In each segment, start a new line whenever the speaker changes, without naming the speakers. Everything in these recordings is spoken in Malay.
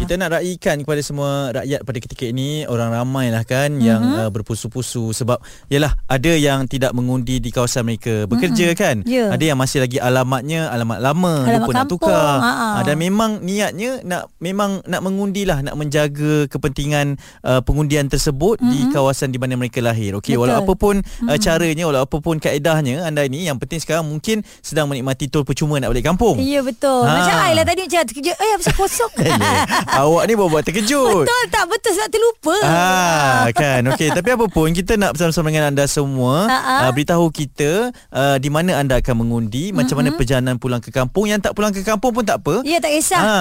Kita nak raikan kepada semua rakyat pada ketika ini orang ramai lah kan
Mhm.
mm-hmm. yang uh, berpusu-pusu sebab yalah ada yang tidak mengundi di kawasan mereka bekerja mm-hmm. kan
Ya.
ada yang masih lagi alamatnya alamat lama
Alamat
lupa nak
kampung,
tukar
ha-ha.
Ah, dan memang niatnya nak memang nak mengundilah nak menjaga kepentingan uh, pengundian tersebut mm-hmm. di kawasan di mana mereka lahir okey
Mhm. Betul. Mhm.
walau apa pun mm-hmm. uh, caranya walau apa pun kaedahnya anda ini yang penting sekarang mungkin sedang menikmati tol percuma nak balik kampung
Ya betul. Ha. Macam
Ha.
I lah tadi macam terkejut. Eh apa kosong?
awak ni buat-buat terkejut
betul tak betul sebab terlupa.
Ah kan okey tapi apa pun kita nak bersama-sama dengan anda semua
Ha-ha.
uh, beritahu kita uh, di mana anda akan mengundi macam mana perjalanan pulang ke kampung yang tak pulang ke kampung pun tak apa
Mhm.
Ah,
Ya tak kisah. Ha.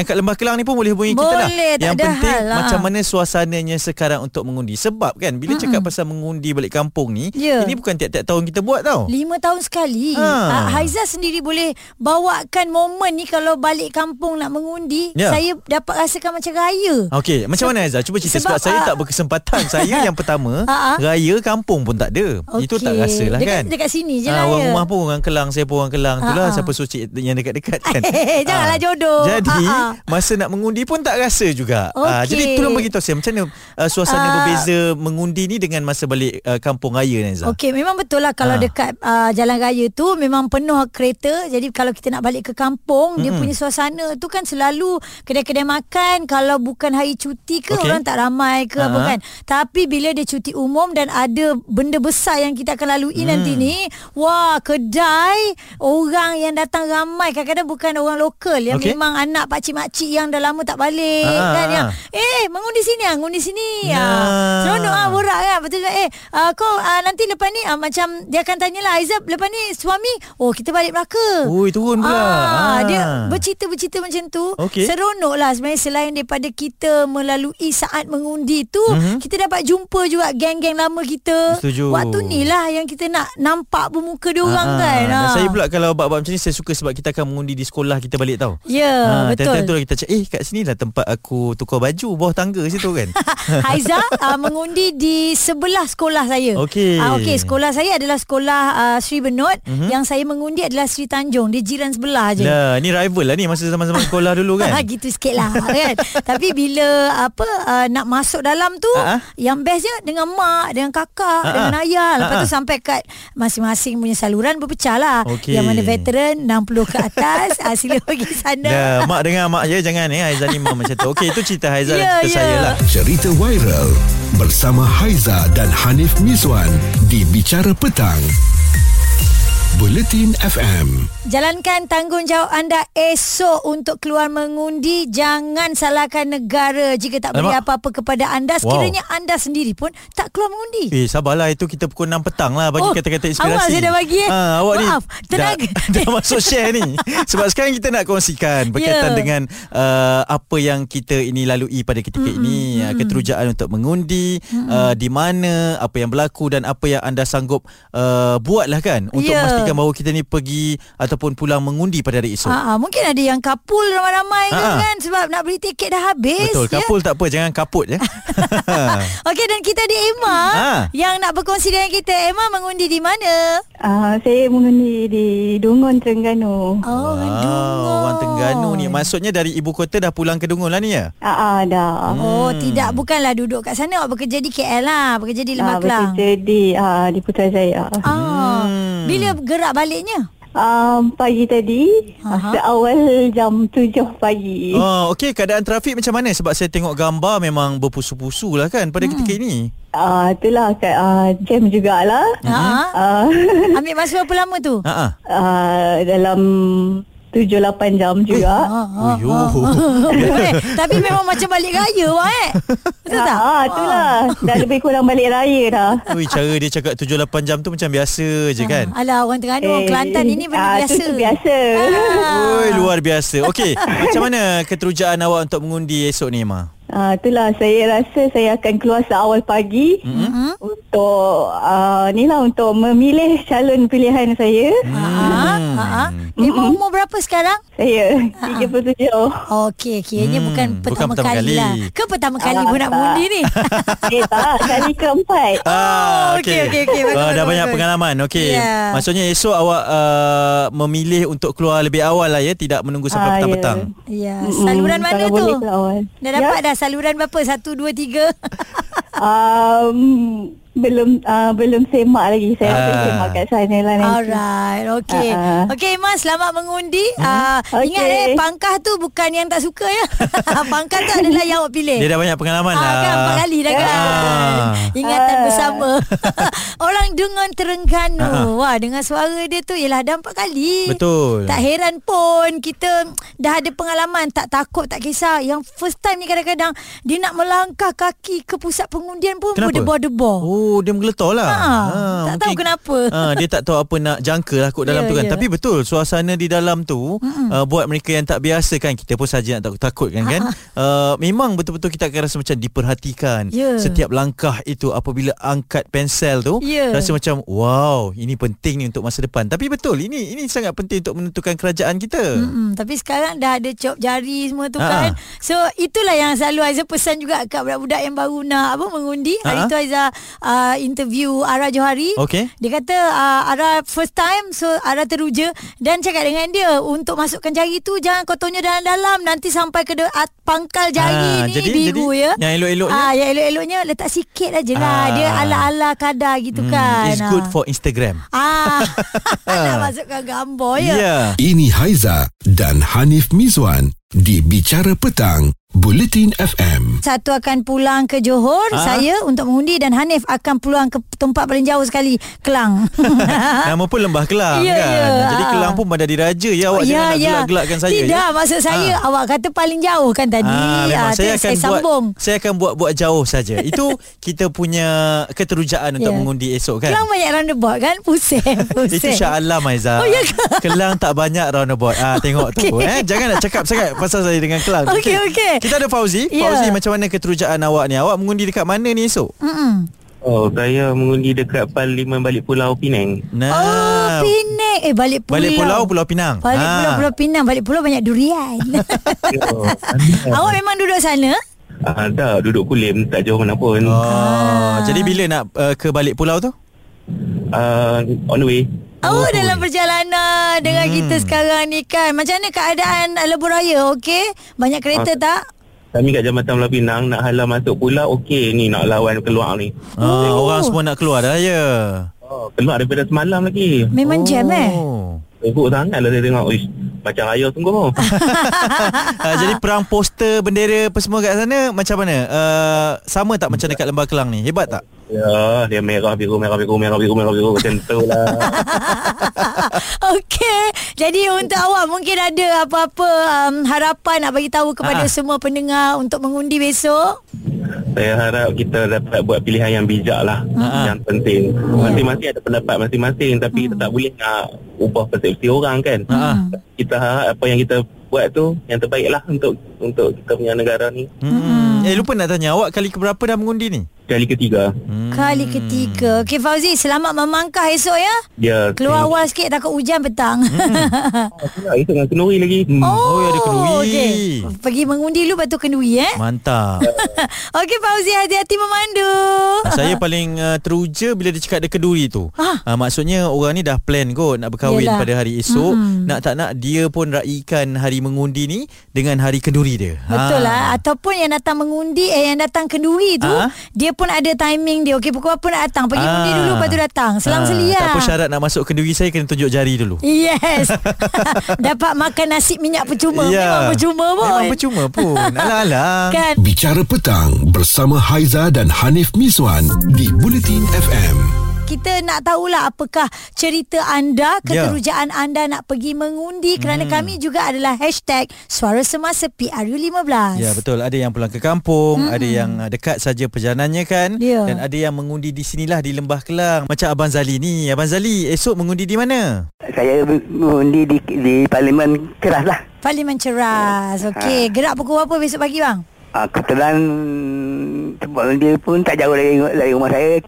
Yang kat Lembah Kelang ni pun boleh hubungi kita lah.
Boleh, tak
Yang
ada
penting
hal, ha.
macam mana suasananya sekarang untuk mengundi. Sebab kan bila cakap pasal mengundi balik kampung ni,
Ya.
ini bukan tiap-tiap tahun kita buat tau.
Lima tahun sekali
Ha.
ha. Haiza sendiri boleh Bawakan momen ni Kalau balik kampung Nak mengundi
Ya.
Saya dapat rasakan macam raya
Okey, macam mana Aizah? Cuba cerita sebab,
sebab,
sebab saya
ah,
tak berkesempatan. saya yang pertama,
Ah, ah.
raya kampung pun tak ada. Itu
Okey.
tak rasa lah
dekat,
kan.
Dekat sini je
Ah,
lah
orang
ya.
rumah pun orang Kelang, saya pun orang Kelang. Itulah
Ah, ah.
siapa suci yang dekat-dekat kan. Ah.
Janganlah jodoh.
Jadi
Ah, ah.
masa nak mengundi pun tak rasa juga. Ah,
Okey.
jadi tolong beritahu saya macam mana uh, suasana
Ah.
berbeza mengundi ni dengan masa balik uh, kampung raya Neza.
Okey, memang betul lah kalau
Ha.
ha. dekat uh, jalan raya tu memang penuh kereta. Jadi kalau kita nak balik ke kampung, mm-hmm. dia punya suasana tu kan selalu kedai-kedai makan kalau bukan hari cuti ke
Okey.
okay. orang tak ramai ke
Ha.
ha. apa kan. Tapi bila dia cuti umum dan ada benda besar yang kita akan lalui
Hmm.
mm. nanti ni, wah, kedai orang yang datang ramai kadang-kadang bukan orang lokal yang
Okey.
okay. memang anak pak cik mak cik yang dah lama tak balik
Ha,
ha. kan
ha,
yang
ha.
eh mengundi sini ah, mengundi sini.
Nah.
Ah. Seronok ah borak kan Lepas tu cakap, eh uh, kau uh, nanti lepas ni uh, macam dia akan tanyalah Aizab lepas ni suami oh kita balik Melaka.
Ui, turun pula. Ah.
Ah, dia bercerita-bercerita macam tu.
Okey.
Seronok lah sebenarnya selain daripada kita melalui saat mengundi tu
Mhm.
mm-hmm. kita dapat jumpa juga geng-geng lama kita.
Setuju.
Waktu ni lah yang kita nak nampak bermuka dia orang
Ah,
kan.
Dan
Ah.
saya pula kalau bab-bab macam ni saya suka sebab kita akan mengundi di sekolah kita balik tau.
Ya,
Ah,
betul.
Time-time tu lah kita cakap, eh kat sini lah tempat aku tukar baju bawah tangga situ kan.
Haiza uh, mengundi di sebelah sekolah saya.
Okey. Mhm.
Uh, Okey, sekolah saya adalah sekolah uh, Sri Benut. Mm-hmm. Yang saya mengundi adalah Sri Tanjung. Dia jiran sebelah je.
Lah, ni rival lah ni masa zaman-zaman sekolah dulu
Ha,
kan.
gitu sikit lah kan Tapi bila apa uh, Nak masuk dalam tu
Ha, ha.
Yang best je Dengan mak Dengan kakak
Ha, ha.
Dengan ayah Lepas
Ha,
tu
ha.
sampai kat Masing-masing punya saluran Berpecah lah
Okey.
Yang mana veteran 60 ke atas uh, Sila pergi sana
Dah, mak dengar mak je jangan eh Haizan ni mak macam tu. Okey, itu cerita Haizan
Ya,
yeah, dan cerita
ya.
saya lah.
Cerita viral bersama Haiza dan Hanif Mizwan di Bicara Petang. Bulletin FM.
Jalankan tanggungjawab anda esok untuk keluar mengundi. Jangan salahkan negara jika tak beri
Alamak.
apa-apa kepada anda.
Wow.
Sekiranya anda sendiri pun tak keluar mengundi.
Eh sabarlah itu kita pukul 6 petang lah bagi
Oh,
kata-kata inspirasi.
awak saya dah bagi, eh.
Ah, awak
Maaf,
ni
tenaga.
Dah, dah masuk share ni. Sebab sekarang kita nak kongsikan berkaitan
Ya.
dengan uh, apa yang kita ini lalui pada ketika mm-hmm, ini, mm-hmm. keterujaan untuk mengundi, mm-hmm. uh, di mana, apa yang berlaku dan apa yang anda sanggup uh, buatlah kan untuk
Ya.
memastikan bahawa kita ni pergi ataupun pulang mengundi pada hari esok.
Ha, mungkin ada yang kapul ramai-ramai
Ha,
ha.
ha.
kan sebab nak beli tiket dah habis.
Betul,
ya?
kapul tak apa, jangan kaput ya.
Okey dan kita ada Emma
Ha.
yang nak berkongsi dengan kita. Emma mengundi di mana?
Uh, saya mengundi di Dungun Terengganu.
Oh, wow,
Ah, orang Terengganu ni. Maksudnya dari ibu kota dah pulang ke Dungun lah ni ya?
Ah, ah dah.
Oh,
Hmm.
tidak bukanlah duduk kat sana. Awak bekerja di KL lah, bekerja di Lembah
Ah,
Kelang.
bekerja di ah, di Putrajaya. Ah,
Ah,
Hmm.
bila gerak baliknya?
pagi tadi
Aha.
uh seawal jam 7
Eh.
pagi.
Oh, okey keadaan trafik macam mana sebab saya tengok gambar memang berpusu-pusu lah kan pada hmm. ketika ini.
Ah itulah kat ah, jam jugalah.
Mhm.
Ha.
Ah
Ambil masa berapa lama tu?
Ha ah.
ah, dalam 7 8 jam juga.
Ha, ha,
Oh, Yo.
ha. Tapi memang macam balik raya awak eh. Betul tak? Oh.
Ah, itulah. Dah lebih kurang balik raya dah.
Ui, cara dia cakap 7-8 jam tu macam biasa je kan.
Alah orang Terengganu orang
Eh,
Kelantan ini benda
ah,
biasa. Ah.
Tu, tu biasa.
Oi, luar biasa. Okey, macam mana keterujaan awak untuk mengundi esok ni, Ma?
Ah, itulah saya rasa saya akan keluar seawal pagi mm-hmm.
Mm-hmm.
untuk ah, ni lah untuk memilih calon pilihan saya.
Ha, ha, ha.
Hmm.
Memang umur berapa sekarang?
Saya
Ha-ha.
37.
Okey, kiranya
Hmm,
bukan
bukan
pertama,
pertama
kali,
kali.
lah. Ke pertama kali
Ah,
pun nak
tak.
mundi ni?
eh tak, kali keempat.
Oh, okey, okey, okey. Bagus,
Wah, Ah, dah
bagus,
banyak
bagus.
pengalaman. Okey.
Ya.
Maksudnya esok awak uh, memilih untuk keluar lebih awal lah ya, tidak menunggu sampai
Ah, ya.
petang-petang.
ya,
Mm-mm,
saluran mana
kalau
tu?
Boleh Ya, ke awal.
Dah dapat dah saluran berapa? Satu, dua, tiga?
Um, belum uh, belum semak lagi. Saya akan
Ah.
semak kat sana lah nanti.
Alright, okay.
Ah, ah.
Okay, Mas, selamat mengundi. Ah,
Okey.
Ingat eh, pangkah tu bukan yang tak suka ya. pangkah tu adalah yang awak pilih.
Dia dah banyak pengalaman
Ah,
lah.
kan empat kali dah kan
Ah.
Ingatan
Ah.
bersama Orang Dungun Terengganu
Ah,
Wah dengan suara dia tu Yelah dah empat kali
Betul.
Tak heran pun Kita dah ada pengalaman Tak takut tak kisah Yang first time ni kadang-kadang Dia nak melangkah kaki Ke pusat pengundian pun
Kenapa?
Berdebar-debar
Oh, dia menggeletar lah.
Ha, tak tahu kenapa.
Ha, dia tak tahu apa nak jangka lah kot dalam
Ya,
tu kan.
ya.
Tapi betul, suasana di dalam tu uh, buat mereka yang tak biasa kan. Kita pun saja nak takut, takut kan
Ha,
kan. Uh, memang betul-betul kita akan rasa macam diperhatikan.
Ya.
Setiap langkah itu apabila angkat pensel tu,
Ya.
rasa macam wow, ini penting ni untuk masa depan. Tapi betul, ini ini sangat penting untuk menentukan kerajaan kita.
Mm-mm, Hmm, tapi sekarang dah ada cop jari semua tu
Ha-ha.
kan. So itulah yang selalu Aiza pesan juga kat budak-budak yang baru nak apa mengundi. Hari
Ha-ha.
tu Aiza uh, interview Ara Johari.
Okey.
Dia kata uh, Ara first time so Ara teruja dan cakap dengan dia untuk masukkan jari tu jangan kotornya dalam-dalam nanti sampai ke de- at- pangkal
Ah,
jari ni
jadi-
biru
jadi
ya.
yang elok-eloknya?
Ah yang elok-eloknya letak sikit aja lah.
Ah.
Dia ala-ala kadar gitu
Hmm,
kan.
It's good
Ah.
for Instagram.
Ah nak masukkan gambar ya.
Yeah.
Ini Haiza dan Hanif Mizwan di Bicara Petang, Bulletin FM.
Satu akan pulang ke Johor
Ah.
Saya untuk mengundi Dan Hanif akan pulang ke tempat paling jauh sekali Kelang
Nama pun Lembah Kelang
Ha? Ya,
kan.
ya,
Jadi
ah.
Kelang pun bandar diraja ya awak jangan nak gelak-gelakkan saya.
Tidak
ya.
maksud saya Awak kata paling jauh kan tadi
Ah, memang
tu
saya akan
yang saya
buat
sambung
saya akan buat buat jauh saja. Itu kita punya keterujaan untuk
Ya.
mengundi esok kan.
Kelang banyak roundabout kan Pusing, pusing.
Itu Shah Alam Aiza
Oh, ya ke?
Kelang tak banyak roundabout ah, Tengok tu
Okey.
eh. Jangan nak cakap sangat Pasal saya dengan Kelang
Okey, okey.
Kita ada Fauzi
Ya. Mm.
Fauzi macam mana keterujaan awak ni Awak mengundi dekat mana ni esok
Mm-mm.
Oh, saya mengundi dekat Parlimen Balik Pulau Penang.
nah,
Oh Penang Eh balik pulau
Ah. Balik pulau Pulau Pinang Ah.
Balik pulau Pulau Pinang Balik pulau banyak durian
Oh,
Awak memang duduk sana
ah, tak, duduk kulim, tak jauh mana pun.
Oh,
Oh.
Ah.
Jadi bila nak uh, ke balik pulau tu
Ah, on the way.
Oh, dalam perjalanan dengan hmm. kita sekarang ni kan. Macam mana keadaan uh, lebuh raya, okey? Banyak kereta
Ah.
tak?
Kami kat Jabatan Pulau Pinang nak halang masuk pulau, okey ni nak lawan keluar ni.
Ah,
Oh.
orang semua nak keluar dah ya.
Oh, keluar daripada semalam lagi.
Memang oh. jam eh?
Teruk sangat lah saya tengok. Uish, macam raya sungguh.
Ah, jadi perang poster, bendera apa semua kat sana macam mana? Uh, sama tak macam dekat Lembah Kelang ni? Hebat tak?
ya, dia merah, biru, merah, biru, merah, biru, merah, biru. Macam tu lah.
Ah, Okey. Jadi untuk awak mungkin ada apa-apa um, harapan nak bagi tahu kepada
Ah.
semua pendengar untuk mengundi besok?
Saya harap kita dapat buat pilihan yang bijak lah
Ha-ha.
Yang penting Masing-masing ada pendapat masing-masing Tapi kita tak boleh nak ubah persepsi orang kan
Ha-ha.
Kita harap apa yang kita buat tu Yang terbaik lah untuk, untuk kita punya negara ni
Hmm. Eh lupa nak tanya awak kali keberapa dah mengundi ni?
Kali ketiga
Hmm.
Kali ketiga. Okey Fauzi, selamat memangkah esok ya.
Dia
Keluar awal sikit takut hujan petang.
Pula, lah. Itu dengan kenduri lagi hmm.
Hmm. Oh, ya, ada kenduri.
okey. Pergi mengundi dulu lepas tu kenduri eh.
Mantap.
Okey Fauzi, hati-hati memandu.
Oh. Saya paling uh, teruja bila dia cakap dia keduri tu.
Ah.
Ah, maksudnya orang ni dah plan kot nak berkahwin
Yelah. Hmm.
Yelah. pada hari esok.
Mm-mm.
Nak tak nak dia pun raikan hari mengundi ni dengan hari keduri dia. Ah.
Betul lah Ataupun yang datang mengundi Eh yang datang kenduri tu
Ah.
Dia pun ada timing dia Okey pukul apa nak datang Pergi
Ah.
mengundi dulu Lepas tu datang Selang lah.
Ah,
selia
Tak apa syarat nak masuk kenduri saya kena tunjuk jari dulu.
Yes Dapat makan nasi minyak percuma
Ya.
Memang percuma pun
Memang percuma pun. Alah-alah.
Kan
Bicara Petang bersama Haiza dan Hanif Mizwan di Bulletin FM.
kita nak tahulah apakah cerita anda,
Ya.
keterujaan anda nak pergi mengundi kerana
Hmm.
kami juga adalah hashtag suara semasa PRU15.
Ya betul ada yang pulang ke kampung mm-hmm. ada yang uh, dekat saja perjalanannya kan
Ya.
dan ada yang mengundi di sinilah di Lembah Kelang macam abang Zali ni abang Zali esok mengundi di mana
Saya mengundi di, di parlimen keras lah.
Parlimen Ceras.
Ah.
Okey, gerak pukul berapa besok pagi bang?
Ha, kebetulan tempat dia pun tak jauh dari, dari rumah saya.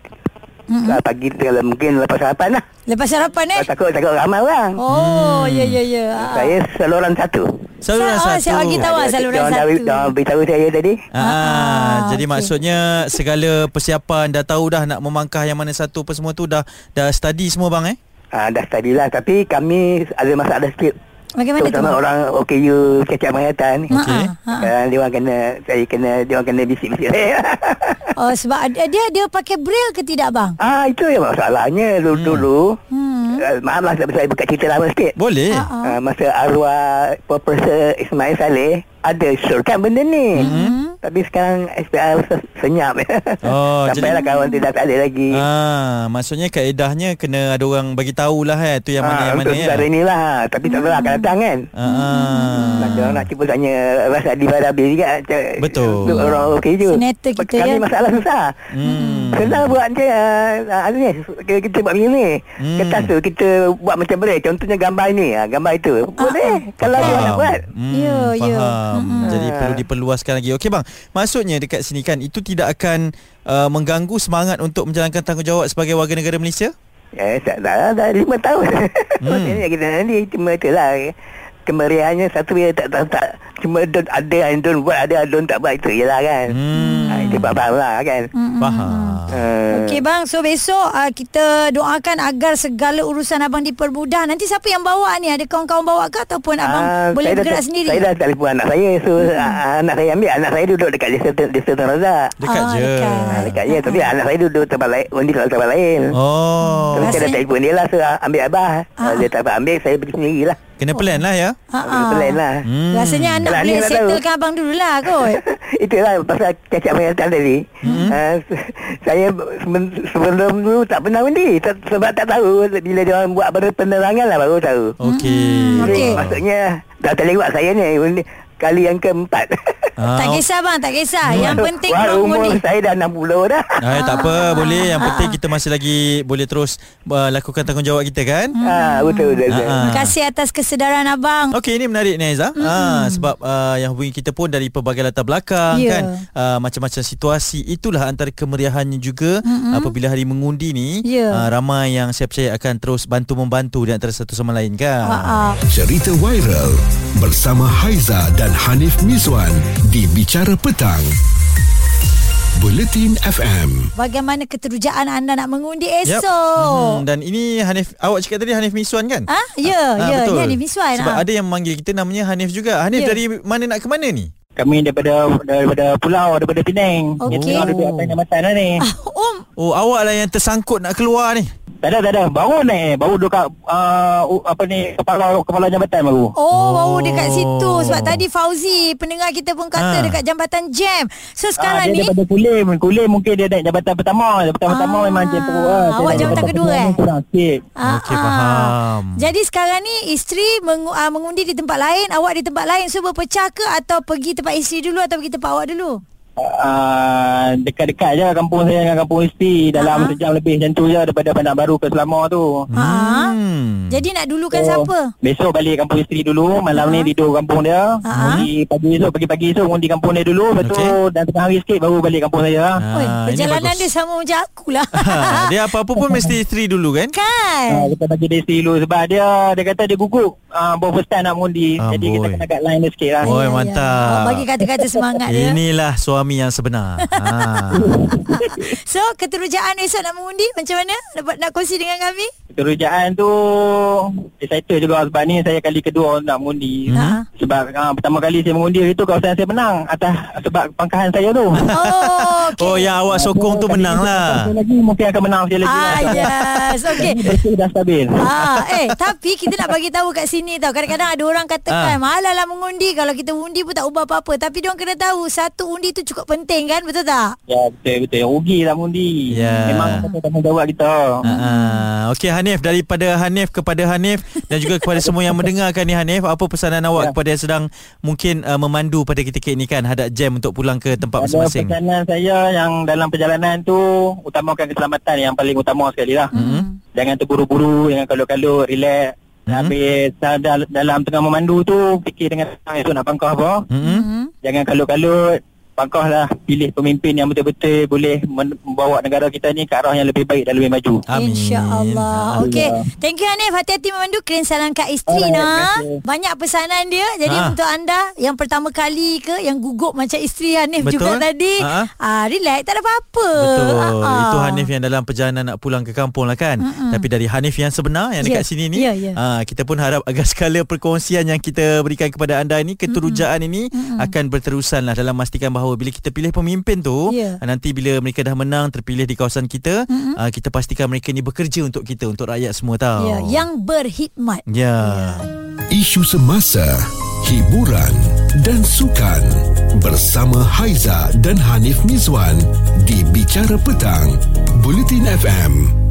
Mm-hmm. Uh, pagi dalam mungkin lepas sarapan lah.
Lepas sarapan eh
Eh. Takut takut ramai orang. Oh.
Oh ya ya ya Ah.
Hmm. Saya saluran satu.
Saluran
Sa-
satu.
saya bagi tahu lah saluran
Jangan
satu.
dah- Jangan beritahu saya tadi.
Ah,
Ah,
jadi
okey.
okay. maksudnya segala persiapan dah tahu dah nak memangkah yang mana satu apa semua tu dah dah study semua bang eh?
Ah, dah study lah Tapi kami ada masalah sikit
Bagaimana tu?
Terutama orang OKU Cacat Mayatan ni
Okey. Ha, ha.
Ah, Dia orang kena Saya kena Dia orang kena bisik-bisik saya
Oh sebab dia dia, dia pakai braille ke tidak bang?
Ah Itu yang masalahnya Dulu-dulu
Hmm.
ah, Maaf lah Saya berkat cerita lama sikit
Boleh.
Ha, ha.
Ah, masa arwah Profesor Ismail Saleh ada syorkan benda ni. Mm-hmm. Tapi sekarang SPR se- senyap.
Oh,
Sampailah kawan tu dah tak ada lagi.
Ah, maksudnya kaedahnya kena ada orang bagi tahulah eh tu yang mana
Ah,
yang mana ya.
untuk
Mm-hmm.
sementara ni lah. Tapi tak tahu lah akan datang kan.
Ah.
Hmm. Kalau nak cuba tanya Rasa di Barabi juga macam-
Betul.
untuk Orang okey je
Senator kita,
Kami
ya.
masalah susah
Hmm.
Senang buat macam uh, uh, ni, kita, kita buat macam ni
Hmm.
Kertas tu kita buat macam boleh Contohnya gambar ni ah, Gambar itu
Ah,
Boleh Kalau dia nak buat
Hmm,
Ya, ya.
faham.
Mm-mm.
Jadi
Ah.
perlu diperluaskan lagi. Okey bang, maksudnya dekat sini kan itu tidak akan uh, mengganggu semangat untuk menjalankan tanggungjawab sebagai warga negara Malaysia?
Eh, tak, dah, dah lima tahun hmm. Ini kita nanti Cuma tu lah Kemeriahannya satu dia tak, tak, tak Cuma don't, ada yang don't buat Ada yang don't tak buat Itu je lah kan
Hmm.
Ah, Itu faham lah kan
Faham.
uh,
Okey bang, so besok uh, kita doakan agar segala urusan abang dipermudah. Nanti siapa yang bawa ni? Ada kawan-kawan bawa ke ataupun abang
Ah,
boleh
saya dah
bergerak
te-
sendiri? Hmm.
Saya dah telefon anak saya So ah, anak saya ambil Anak saya duduk dekat Desa, desa Tanah Razak
Dekat
Ah,
je.
dekat.
ah, Dekat je Tapi anak saya duduk tempat lain Undi kalau tempat lain
Oh,
Tapi saya dah
Rasanya-
telefon dia lah So ah, ambil abah Kalau
ah.
Dia tak dapat ambil Saya pergi sendiri lah
kena plan lah ya.
Ha, ha.
Pelan lah
Hmm.
Rasanya anak
Kalau
boleh
ni tak tahu.
settlekan abang dululah kot.
Itulah pasal cacat pernyataan tadi Ah, se- Saya seben- sebelum dulu tak pernah undi tak, Sebab tak tahu Bila dia orang buat ber- penerangan lah baru tahu Ah,
Okey.
Hmm, okey.
Maksudnya Dah terlewat saya ni undi, Kali yang keempat
Ah,
Tak kisah bang, tak kisah. Yang penting
Wah,
kau
umur
mudik.
saya dah 60 dah.
Ah, tak apa, boleh. Yang penting kita masih lagi boleh terus uh, lakukan tanggungjawab kita kan?
Hmm.
Ah, betul betul. betul.
Ah,
Terima
ah.
kasih atas kesedaran abang.
Okey ini menarik ni Aizah mm. ha, Sebab uh, yang hubungi kita pun dari pelbagai latar belakang
Ya.
kan uh, Macam-macam situasi itulah antara kemeriahannya juga mm-hmm. Apabila hari mengundi ni
Ya.
uh, Ramai yang saya percaya akan terus bantu-membantu di antara satu sama lain kan
Ha, ha.
Cerita viral bersama Haiza dan Hanif Miswan di Bicara Petang. Bulletin FM.
Bagaimana keterujaan anda nak mengundi
Yap.
esok?
Mhm. Dan ini Hanif Awak cakap tadi Hanif Miswan kan?
Ah, ya,
Ah,
ya,
betul.
ni Hanif Miswan.
Sebab
ah.
ada yang memanggil kita namanya Hanif juga Hanif
Ya.
dari mana nak ke mana ni?
Kami daripada daripada pulau, daripada Penang.
Okey.
Yang tengok duduk atas jambatan lah ni.
Ah, Om,
Oh awak lah yang tersangkut nak keluar ni
Tak ada, tak ada. Baru naik. Baru duduk kat, uh, apa ni, kepala kepala jambatan baru.
Oh, baru
Oh.
dekat situ sebab tadi Fauzi pendengar kita pun
Ah.
kata dekat jambatan jam. So sekarang
Ah,
ni
dia daripada Kulim Kulim mungkin dia naik jabatan pertama Jabatan
Ah,
pertama memang dia teruk lah. Dia
awak
naik
jabatan kedua,
kedua
eh?
ni Kurang sikit
ah,
Okey,
ah.
faham.
Jadi sekarang ni isteri mengu- ah, mengundi di tempat lain, awak di tempat lain. So berpecah ke atau pergi tempat isteri dulu atau pergi tempat awak dulu?
Ah, Dekat-dekat je kampung saya dengan kampung isteri
Ah.
Dalam sejam lebih macam tu je Daripada Bandar Baru ke Selama tu
Ha. Ah.
hmm.
Jadi nak dulukan
So,
siapa?
Besok balik kampung isteri dulu Malam ni tidur kampung dia
Ah.
Undi pagi esok Pagi-pagi esok Undi kampung dia dulu Lepas tu
Okey.
Dan tengah hari sikit Baru balik kampung
Oi,
saya
Ah, ini
perjalanan
bagus.
dia sama macam akulah.
ha, Dia apa-apa pun mesti isteri dulu kan?
Ah,
kan?
kita bagi dia isteri dulu Sebab dia Dia kata dia gugup ah, Baru first time nak mengundi Jadi kita
Amboi.
kena kat line dia sikit lah
Oi,
Ya, ya.
Ah, mantap.
Awak Bagi kata-kata semangat dia.
Inilah suami yang sebenar. ha.
So keterujaan esok nak mengundi macam mana? Dapat nak kongsi dengan kami?
Kerujaan tu excited juga sebab ni saya kali kedua nak mengundi.
Ha.
Hmm? Sebab uh, pertama kali saya mengundi itu kawasan saya menang atas sebab pangkahan saya tu.
Oh, okay.
Oh, yang awak sokong tu
Kali
menang
ni
lah. ya.
sekali Lagi mungkin akan menang sekali lagi. lah.
Ah, yes. Okey.
Betul dah stabil.
Ah, eh tapi kita nak bagi tahu kat sini tau. Kadang-kadang ada orang katakan
Ah.
malah lah mengundi kalau kita undi pun tak ubah apa-apa. Tapi dia orang kena tahu satu undi tu cukup penting kan, betul tak?
Ya betul betul. Rugi lah mengundi.
Ya.
Memang kata tanggungjawab kita.
Ha. Okey Hanif daripada Hanif kepada Hanif dan juga kepada semua yang mendengarkan ni Hanif apa pesanan awak kepada yang sedang mungkin uh, memandu pada ketika ini kan hadap jam untuk pulang ke tempat
Ada
masing-masing.
pesanan saya yang dalam perjalanan tu utamakan keselamatan yang paling utama sekali lah.
Hmm.
Mm-hmm. Jangan terburu-buru, jangan kalut-kalut, relax. Mm-hmm. Habis dalam, dalam tengah memandu tu fikir dengan esok nak pangkah apa.
Hmm.
Jangan kalut-kalut Bangkok lah pilih pemimpin yang betul-betul boleh men- membawa negara kita ni ke arah yang lebih baik dan lebih maju.
Amin.
InsyaAllah. Okey.
Allah.
Thank you Hanif. Hati-hati memandu. Kirim salam kat isteri
Ya. Alright,
nak.
terima kasih.
Banyak pesanan dia. Jadi
Ha.
untuk anda yang pertama kali ke yang gugup macam isteri Hanif
Betul.
juga tadi.
Ha.
Ah, relax. Tak ada apa-apa. Ah,
Betul.
Ha-ha.
Itu Hanif yang dalam perjalanan nak pulang ke kampung lah kan. Mm-mm. Tapi dari Hanif yang sebenar yang dekat
Ya,
sini ni,
ya, ya.
ah, kita pun harap agar skala perkongsian yang kita berikan kepada anda ni, keterujaan ini akan berterusan lah dalam memastikan bahawa bila kita pilih pemimpin tu,
Ya.
ah, nanti bila mereka dah menang terpilih di kawasan kita, ah, kita pastikan mereka ni bekerja untuk kita, untuk rakyat semua tau.
Ya, yang berkhidmat.
Ya. Yeah.
isu semasa, hiburan dan sukan bersama Haiza dan Hanif Mizwan di Bicara Petang, Bulletin FM.